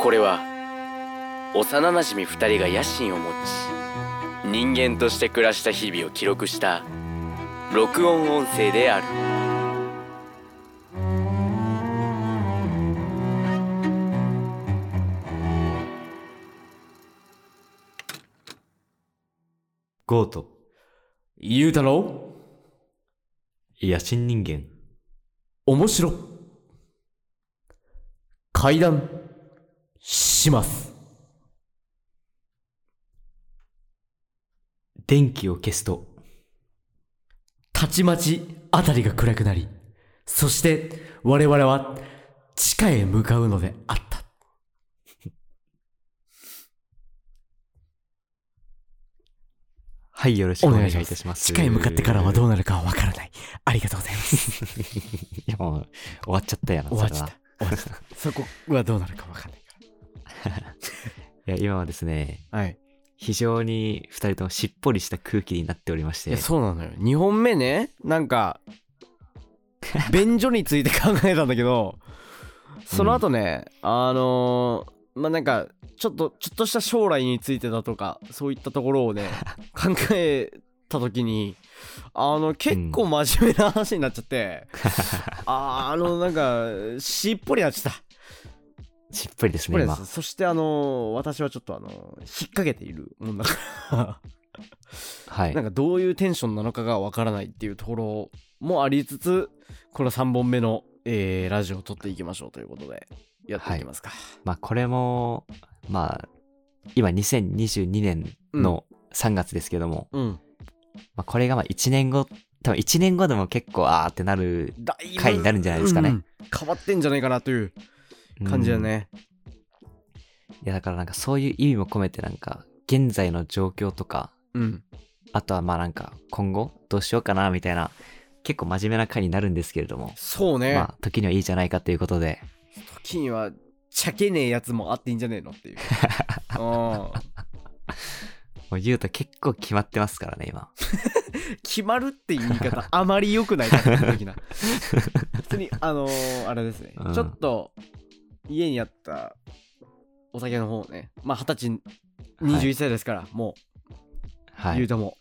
これは幼なじみ2人が野心を持ち人間として暮らした日々を記録した録音音声であるゴート、ゆうたろ野心人間、う、面白。会談、します。電気を消すと、たちまち、あたりが暗くなり、そして、我々は、地下へ向かうのであった。はい、よろしくお願いいたします。地下へ向かってからはどううなるかはわからない。ありがとうございます。 いや、もう、終わっちゃったやな、終わっちゃっそれはた。終わっちゃった。そこはどうなるかわからないかいや、今はですね、ら。はい。非常に二人ともしっぽりした空気になっておりましいてや、、そうなのよ。2本目ね、なんか、便所について考えたんだけど、その後ね、あのーまあなんか、ちょっと、ちょっとした将来についてだとか、そういったところ をね、考えた時に、あの、結構真面目な話になっちゃって、あーあの、なんか、しっぽりなっちゃった。しっぽりですこ ね、れで今す。そしてあのー私はちょっとあのー引っ掛けているもんだかはらいなん。かどういうテンションなのかがわからないっていうところもありつつこの3本目の、えーラジオを撮っていきましょうということでやっていきますか、まあ、これも、まあ、今、2022年の3月ですけども、うんまあ、これがまあ、1年後、多分1年後でも結構、あーってなるだいぶ回になるんじゃないですかうね。ん変わってんじゃないかなといううん感じだ。ね、いや、だからなんか、そういう意味も込めて、なんか、現在の状況とか、うんあとはまあなんか今後どうしようかなみたいな結構真面目な回になるんですけれども、そうね、まあ時にはいいじゃないかということで時にはちゃけねえやつもあっていいんじゃねえのって いううんもうゆうた結構決まってますからね今決まるっていう言 い方あまり良くないな的な普通にあのーあれですね、うんちょっと家にあったお酒の方をねまあ二十歳はい21歳ですから、もう、は言ういとも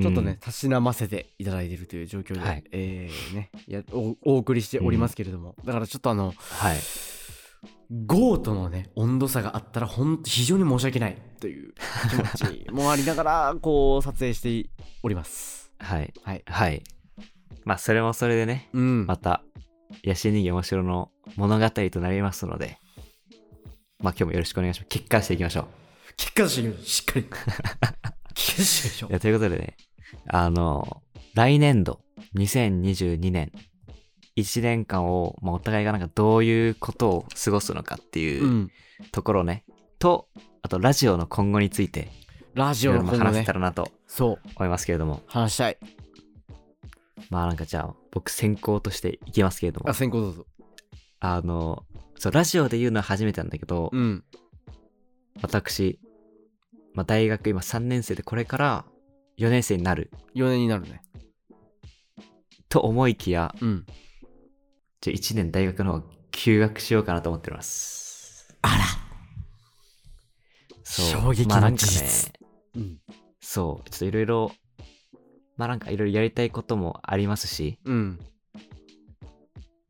ちょっとね、、たしなませていただいてるという状況で、はいえーねやおお送りしておりますけれども、だからちょっとあうのんはいゴーとのね温度差があったらほんと非常に申し訳ないという気持ちもありながらこう撮影しておりますはいはいはいまあそれもそれでねう んまた野心人間面白の物語となりますのでまあ今日もよろしくお願いします結果していきましょ結果ししっ かり結果しましょういやということでねあの来年度2022年1年間を、まあ、お互いがなんかどういうことを過ごすのかっていう、うん、ところねとあとラジオの今後についてラジいオろいのろ今後話せねたらなとそう思いますけれども、話したいまあなんかじゃあ僕先行としていきますけれどもあ先行どうぞあのそうラジオで言うのは初めてなんだけど、うん私、まあ、大学今3年生でこれから4年生になる4年になるねと思いきやうんじゃあ1年大学の方休学しようかなと思っておりますあらそう衝撃のまあなんか事ね実うんそうちょっといろいろまあなんかいろいろやりたいこともありますしうん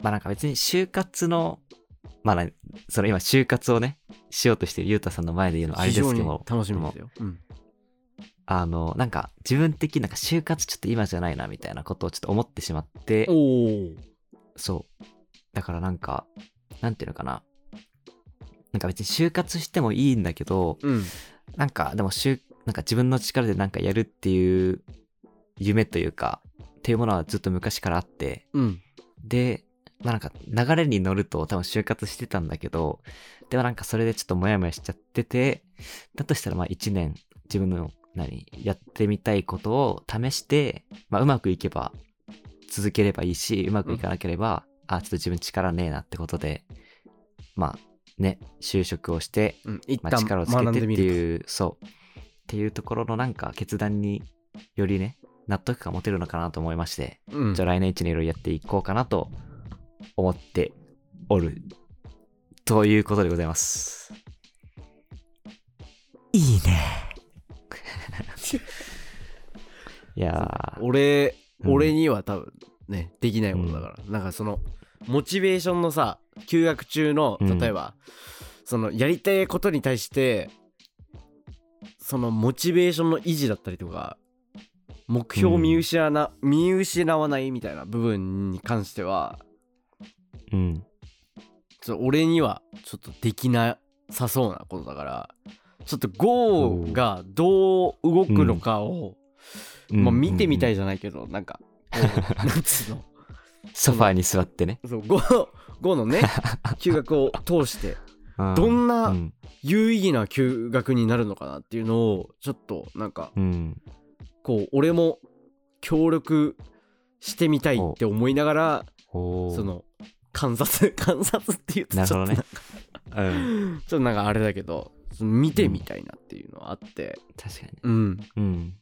まあなんか別に就活の、まあなその今就活をね、しようとしてるゆうたさんの前で言うのはあれ非です常けにど、楽しみですよ、うん、あの、なんか自分的になんか就活ちょっと今じゃないなみたいなことをちょっと思ってしまってお、おそう。だからなんか、なんていうのかな。なんか別に就活してもいいんだけど、うんなんかでも就、なんか自分の力でなんかやるっていう夢というか、っていうものはずっと昔からあって、うんで、まあなんか流れに乗ると多分就活してたんだけど、でもなんかそれでちょっとモヤモヤしちゃってて、だとしたらまあ一年自分の何、やってみたいことを試して、まあうまくいけば続ければいいし、うまくいかなければ、あ、ちょっと自分力ねえなってことで、まあね、就職をして、うん一まあ、旦力をつけ学てんっでてみるいう、そう、っていうところのなんか決断によりね、納得感持てるのかなと思いまして、とうんじゃあ来年一年いろいろやっていこうかなと思っておるということでございます。いいねいやー俺、うん俺には多分ねできないことだから、なんかそのモチベーションのさ休学中のうん例えば、そのやりたいことに対してそのモチベーションの維持だったりとか目標を見失わな、見失わないみたいな部分に関してはうん。ちょっと俺にはちょっとできなさそうなことだからちょっと GO がどう動くのかを、まあ、見てみたいじじゃないけど、なんかこうなんつうのゃん。ソファーに座ってね。そう GO, GO のね休学を通 してどどんなうん。有意義な休学になるのかなっていうのをちょっとなんかうん。こう俺も協力してみたいって思いながらおーその観察 観察って言うとちょなるっほとどなねんか。うん。ちょっとなんかあれだけどその見てみたいなっていうのはあって確かに。うんうん。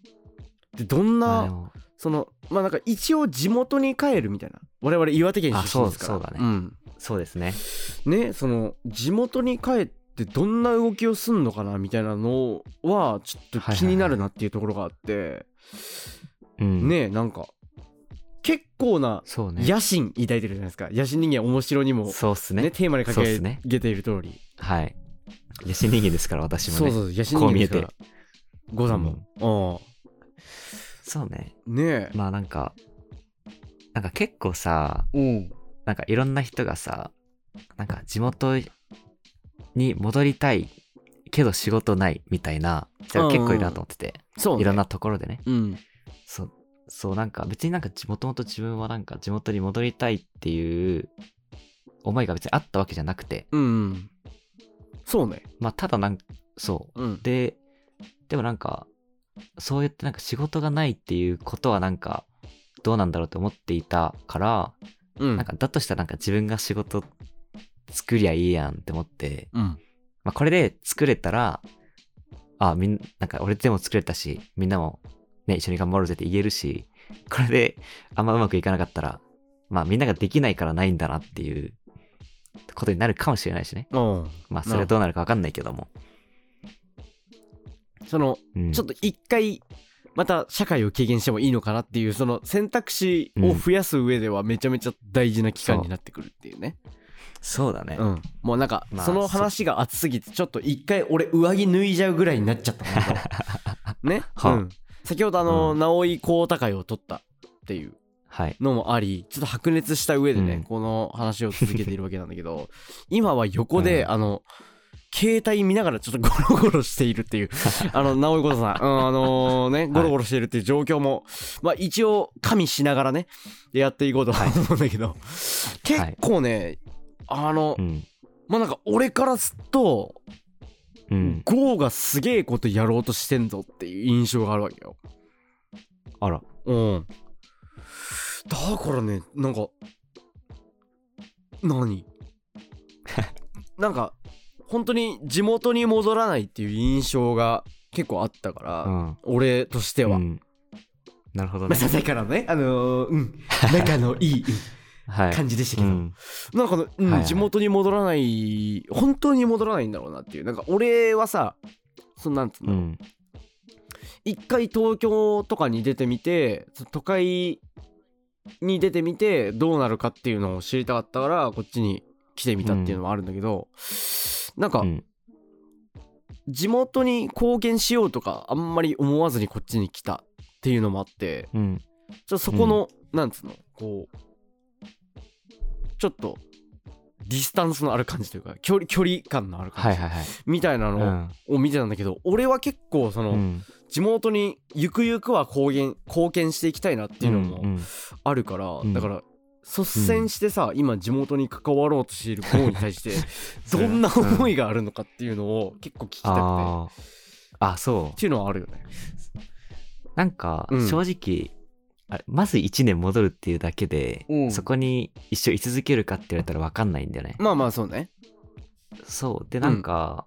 でどんまあでなもそのまあなんか一応地元に帰るみたいな我々岩手県出身ですからあそうそうだねんそうですね。ねその地元に帰ってどんな動きをすんのかなみたいなのはちょっと気になるなっていうところがあって、うん。。ねなんか結構なそうね。野心抱いてるじゃないですか野心人間面白にも、ねそうっすね。テーマにかそうっけすねげている通りはい。野心人間ですから、私もそうね。そう野心こ人う間見でえすかてら五段も、そうね。うん、ねえ、まあなんか、なんか結構さ、うんなんかいろんな人がさ、なんか地元に戻りたいけど仕事ないみたいな人が結構いるなと思ってて、そう、ね、いろんなところでね。うんそう、そうなんか別になんかもともと自分はなんか地元に戻りたいっていう思いが別にあったわけじゃなくて、うんうんそうねまあただなんそう、うんで、でもなんか、そうやってなんか仕事がないっていうことはなんか、どうなんだろうと思っていたから、うんなんかだとしたらなんか自分が仕事作りゃいいやんって思って、うんまあこれで作れたら、あ、みんなんか俺でも作れたし、みんなもね、一緒に頑張ろうぜって言えるし、これであんまうまくいかなかったら、まあみんなができないからないんだなっていうことになるかもしれないしね。うんまあそれはどうなるかわかんないけども。そのうんちょっと一回また社会を経験してもいいのかなっていうその選択肢を増やす上ではめちゃめちゃ大事な期間になってくるっていうね、そうだね。うんもうなんかまあその話が熱すぎてちょっと一回俺上着脱いじゃうぐらいにな っちゃったんだけどね、うはあん、先ほどあの、う直井光太会を取ったっていうはい。のもありちょっと白熱した上でね、うんこの話を続けているわけなんだ けど今は横で、うんあの携帯見ながらちょっとゴロゴロしているっ ていうあの直井ことさん、うんあのねゴロゴロしているっていう状況も、まあ一応加味しながらねやっていこうとは思うんだけど、結構ねあの、うん。まあなんか俺からすると、うん。ゴーがすげえことやろうとしてんぞっていう印象があるわけよ。あら。うん。だからね、なんか、 何なんか、本当に地元に戻らないっていう印象が結構あったから、うん。俺としては。うんなるほどまあ、ね。ささからのね、あのーうん、仲のいいはい。感じでしたけど、うんなんかね、うんはいはい地元に戻らない、本当に戻らないんだろうなっていう、なんか俺はさ、そのなんつううの、ん。一回東京とかに出てみてそ都会に出てみてどうなるかっていうのを知りたかったからこっちに来てみたっていうのはあるんだけど、なんかうん地元に貢献しようとかあんまり思わずにこっちに来たっていうのもあってうん。ちょっとそこの、なんつうのこうちょっとディスタンスのある感じというか距離距離感のある感じ、はいはいはい。みたいなうのんを見てたんだけど、俺は結構その、うん。地元にゆくゆくは貢献貢献していきたいなっていうのうもんあるから、んだから率先してさ、今地元に関わろうとしている方に対して どんな思いがあるのかっていうのを結構聞きたくて、っあーあ、そていうのはあるよね。う。なんかう、ん正直、あれまず1年戻るっていうだけでう、んそこに一生居続けるかって言われたら分かんないんだよね。まあまあそうね。そう。で、なんか、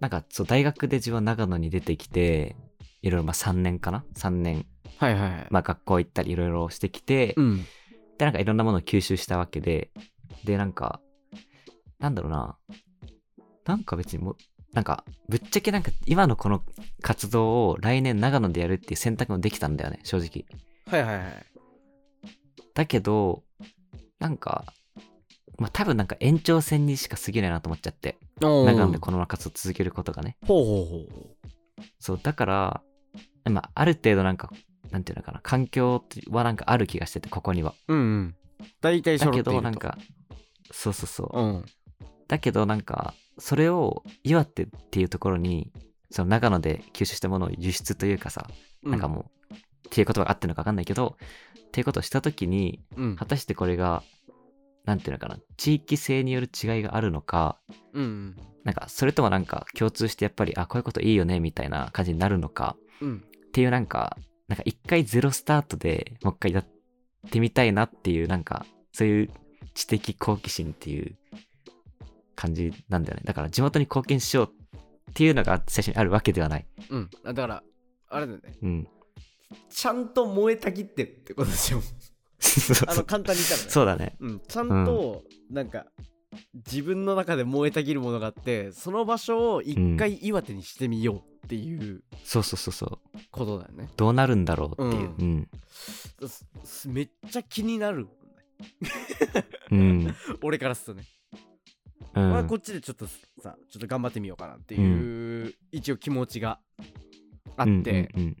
なんか、そう、大学で自分は長野に出てきて、いろいろ、まあ3年かな ?3 年、はいはいはい。まあ学校行ったりいろいろしてきてう、ん。でなんかいろんなものを吸収したわけででなんかなんだろうな。なんか別にもう、なんか、ぶっちゃけなんか今のこの活動を来年長野でやるっていう選択もできたんだよね、正直。はいはいはいだけど、なんか、まあ多分なんか延長戦にしか過ぎないなと思っちゃって。おー長野でこのまま活動続けることがね。ほうほうほうそう、だから、まあある程度なんか、なんていうのかな、環境はなんかある気がしてて、ここには。うんうん大体だ揃ってけいるとどなんか、そうそうそう。うんだけどなんかそれを岩手っていうところにその長野で吸収したものを輸出というかさ、なんかもうっていう言葉があってるのか分かんないけどっていうことをした時にうんうん果たしてこれがなんていうのかな地域性による違いがあるのかうんなんかそれともなんか共通してやっぱりあこういうこといいよねみたいな感じになるのかうんっていうなんかなんか一回ゼロスタートでもう一回やってみたいなっていうなんかそういう知的好奇心っていう感じなんだよねだから地元に貢献しようっていうのが最初にあるわけではないうんあだからあれだよねうんちゃんと燃えたぎってるってことでしょそう あそのう簡単に言ったらねそうだねうん、ちゃんとなんか自分の中で燃えたぎるものがあってその場所を一回岩手にしてみようっていうそうそうそうそうことだよね、どうなるんだろうっていうううんすすめっちゃ気になる うん俺からするとね、うまあ、んこっちでちょっとさちょっと頑張ってみようかなっていう、一応気持ちがあって、っうん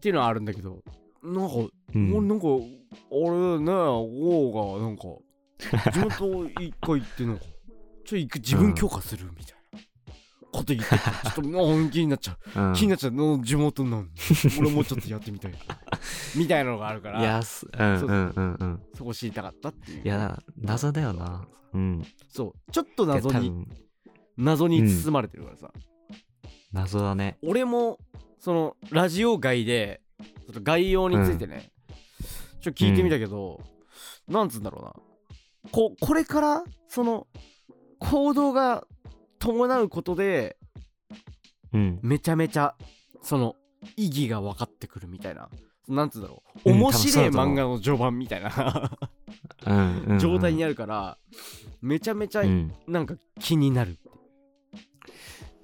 ていうのはあるんだけどなんか、うんうんうん俺なんかあれね王がな んか地元一回行ってなんかちょ行く自分強化するみたいなこと言っててちょっともう気になっちゃううん気になっちゃうの地元なの に俺もうちょっとやってみたいみたいなのがあるからいやすうんうんうんうんそこ知りたかったっていういや謎だよなうんそうちょっといや謎多に分謎に包まれてるからさ、謎だね俺もそのラジオ外でちょっと概要についてね、ちょっと聞いてみたけど、なんつうんだろうなここれからその行動が伴うことでうんめちゃめちゃその意義が分かってくるみたいななんつうんだろう、うん面白多分いそうだと思う漫画の序盤みたいなうんうんうん状態にあるから、めちゃめちゃうんなんか気になるって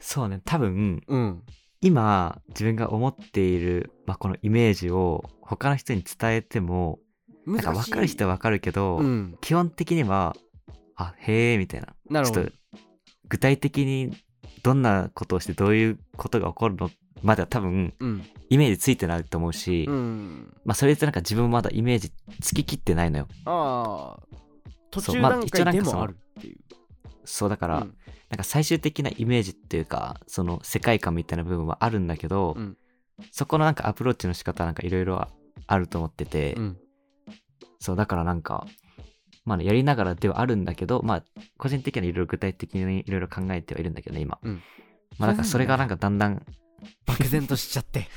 そうね多分うん今自分が思っている、まあ、このイメージを他の人に伝えても難なんしか分いかる人は分かるけど、うん基本的にはあへえみたいななるほちょっどと具体的にどんなことをしてどういうことが起こるのまでは多分うんイメージついてないと思うし、うんまあ、それってなんか自分もまだイメージつききってないのよああ途そう中まあ段一応な階んかでそのもあるっていう、そうだから、うんなんか最終的なイメージっていうかその世界観みたいな部分はあるんだけど、うんそこのなんかアプローチの仕方はなんかいろいろあると思ってて、うんそうだからなんかまあねやりながらではあるんだけどまあ個人的にはいろいろ具体的にいろいろ考えてはいるんだけどね今、うんまあだからそれがなんかだんだん漠然としちゃって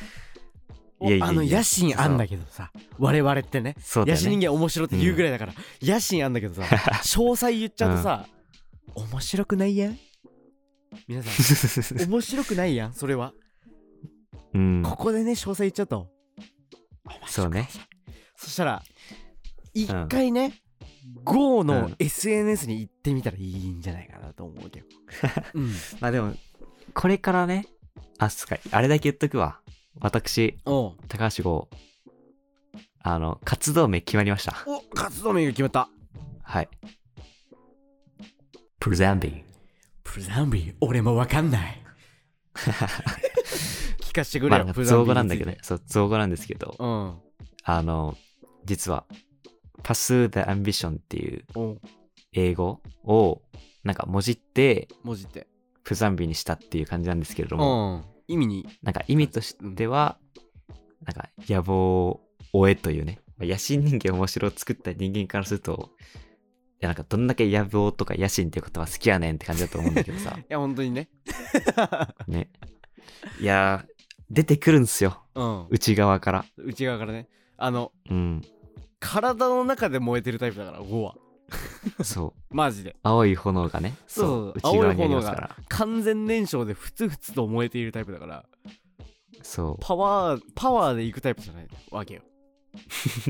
いやいやいやあの野心あんだけどさ我々ってねそうだ野よ心ね人間面白いって言うぐらいだから、野心あんだけどさ詳細言っちゃうとさ、面白くないやん皆さん 面白くないやんそれは うんここでね詳細言っちゃうとそうねそしたら一回ね、GO うのん SNS に行ってみたらいいんじゃないかなと思うけど、うん、まあでもこれからねあすかあれだけ言っとくわ私おう高橋剛あの活動名決まりましたお活動名が決まったはいプレゼンビープザンビー俺もわかんない聞かせてくれまよ、あ、プザン造ビ語ーなんにだついてけどね。そう、造語なんですけど、うんあの、実は、Pursue the Ambition っていうおう英語を、なんか、もじって、文字ってプザンビにしたっていう感じなんですけれどうも、ん意味になんか、意味としては、なんか、野望を追えというね、まあ野心人間面白を作った人間からすると、いやなんかどんだけ野望とか野心っていう言葉好きやねんって感じだと思うんだけど さいや本当にねねいやー出てくるんですようん内側から内側からねあのうん体の中で燃えてるタイプだから5はそうマジで青い炎がねそうそう内側にありますから完全燃焼でふつふつと燃えているタイプだからそうパワー パワーでいくタイプじゃないわけよ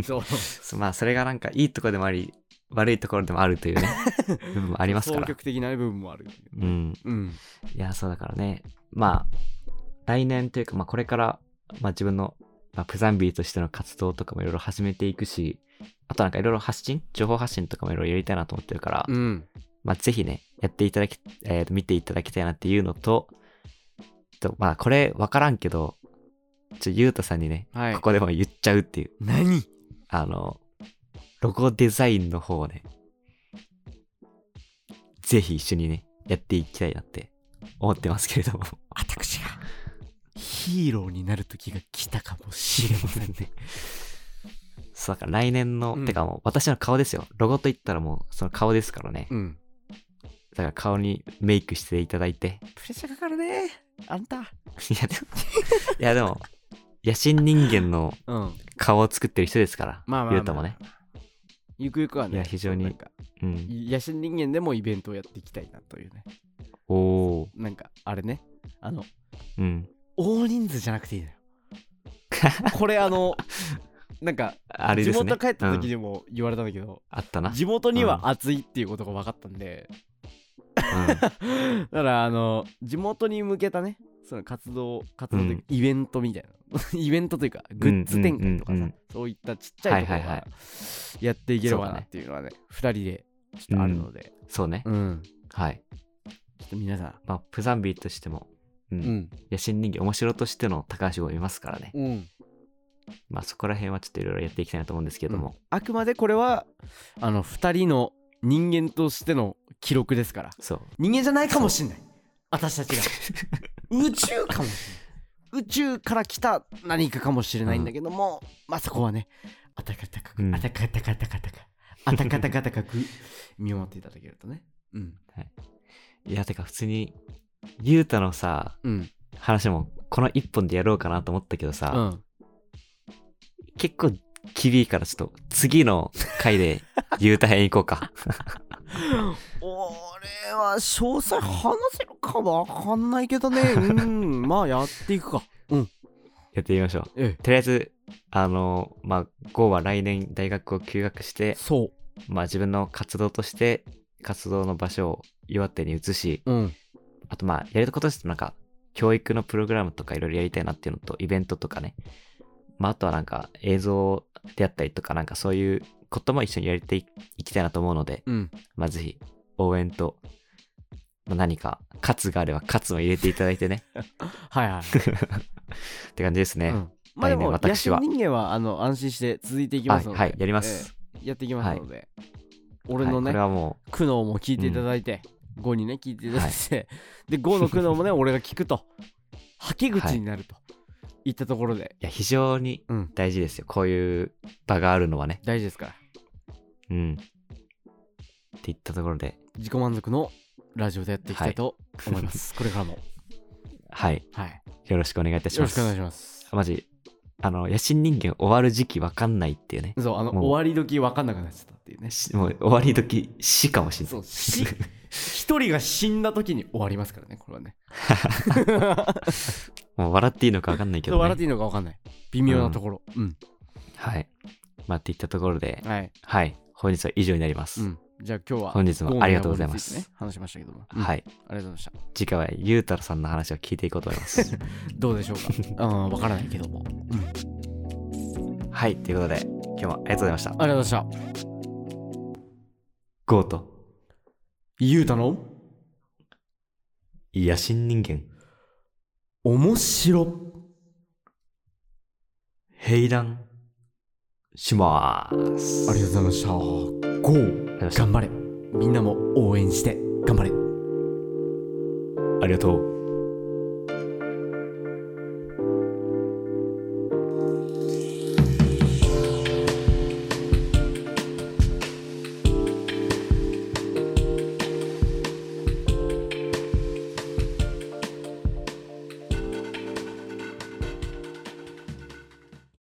そうそうまあそれがなんかいいとこでもあり悪いところでもあるという ね、部分もありますか消ら。極的な部分もあるけどうん。うんいや、そうだからね。まあ、来年というか、まあこれから、まあ自分の、まあ、プザンビーとしての活動とかもいろいろ始めていくし、あとなんかいろいろ発信情報発信とかもいろいろやりたいなと思ってるから、うんまあぜひね、やっていただき、えーと見ていただきたいなっていうのと、とまあこれわからんけど、ちょ、ゆうたさんにね、はいここでも言っちゃうっていう、何あの、ロゴデザインの方をね、ぜひ一緒にね、やっていきたいなって思ってますけれども。 私がヒーローになる時が来たかもしれませんねそうだから来年の、うんてかもう私の顔ですよ。ロゴと言ったらもうその顔ですからね。うんだから顔にメイクしていただいて。 プレッシャーかかるねあんたいやでも、いやでも、野心人間のうん顔を作ってる人ですから。まあまあまあゆうたもね。ゆくゆくはねいや非常になんかうん。野心人間でもイベントをやっていきたいなというねおおなんかあれねあのー。うん。大人数じゃなく ていいのよこれあのなんかあれ地ですね。元帰った時うんにも言われたんだけど、あったな。地元には暑いっていうことが分かったんで、う だからあの地元に向けたねその活動活動というかイベントみたいな、 イベントというかグッズ展開とかさ、うんうんうんうんそういったちっちゃいとこはろいはいははやっていければそうだなねっていうのはね2人でちょっとあるので、ん。そうね。うんはい。ちょっと皆さんまあ、プザンビーとしても、うん。うん野心人間、面白としての高橋もいますからね。うんまあ、そこら辺はちょっといろいろやっていきたいなと思うんですけれども。あくまでこれはあの2人の人間としての記録ですからそう。人間じゃないかもしんない私たちが 宇宙かもしれない宇宙から来た何かかもしれないんだけども、まあそこはねあたかたかく、 うんあたかたかたかたかあた かたかたかく見守っていただけるとねうんいや、てか普通に、ゆうたのさ、うん話も、この一本でやろうかなと思ったけどうさ、ん結構、厳しいからちょっと、次の回で、ゆうた編行こうか。 俺は詳細話せるかわかんないけどねうんまあやっていくかうんやってみましょう。えとりあえず、あの、まあ、ゴーは来年大学を休学しえて、そまあ自分の活動として、活動の場所を岩手に移し、ううんあとまあ、やることとしてなんか、教育のプログラムとかいろいろやりたいなっていうのと、イベントとかね。まあ、あとはなんか、映像であったりとか、なんかそういうことも一緒にやりていいきたいなと思うので、うんまあ、ぜひ、応援と、まあ、何か、活があれば、活も入れていただいてね。 はいはいって感じですね。うん、まあでも、来年私私はは人間はあの安心して続いていきまはすい、ので、はい、やります。ええやっていきますので、俺はいのね、これはも苦悩も聞いていただいて、ゴにね聞いていただいて、でゴの苦悩もね俺が聞くとはけ口になると、い、ったところでう、いや、非常にうん大事ですよ。こういう場があるのはね。大事ですからうん。っていったところで、自己満足のラジオでやっていきたいと思 います、これからもはい、はいよろしくお願いいたしよろましす。くお願いしますマジ、あの、野心人間終わる時期わかんないっていうね。そうあのもう終わり時分かんなくなっちゃったっていうねしもう終わり時死かもしれそな うい。死一人が死んだ時に終わりますからねこれはね もう笑っていいのかわかんないけど、笑ってね。いいのか分かんない微妙なところうんはい。まあ、っていったところで、はい。はい。本日は以上になります。うん。じゃあ今日は本日もゴーのありがとうございます野望につてね話しましたけども。うんあはりい。がとうございました。次回はゆうたろさんの話を聞いていこうと思います。 どうでしょうか。うん、わからないけども。うん。ありはい。ということで、今日もありがとうございました。がとうございました。ゴーとゆうたの野心人間、面白平談しまーす。ありがとうございました。ゴーありがとうございました頑張れみんなも応援して頑張れありがとう。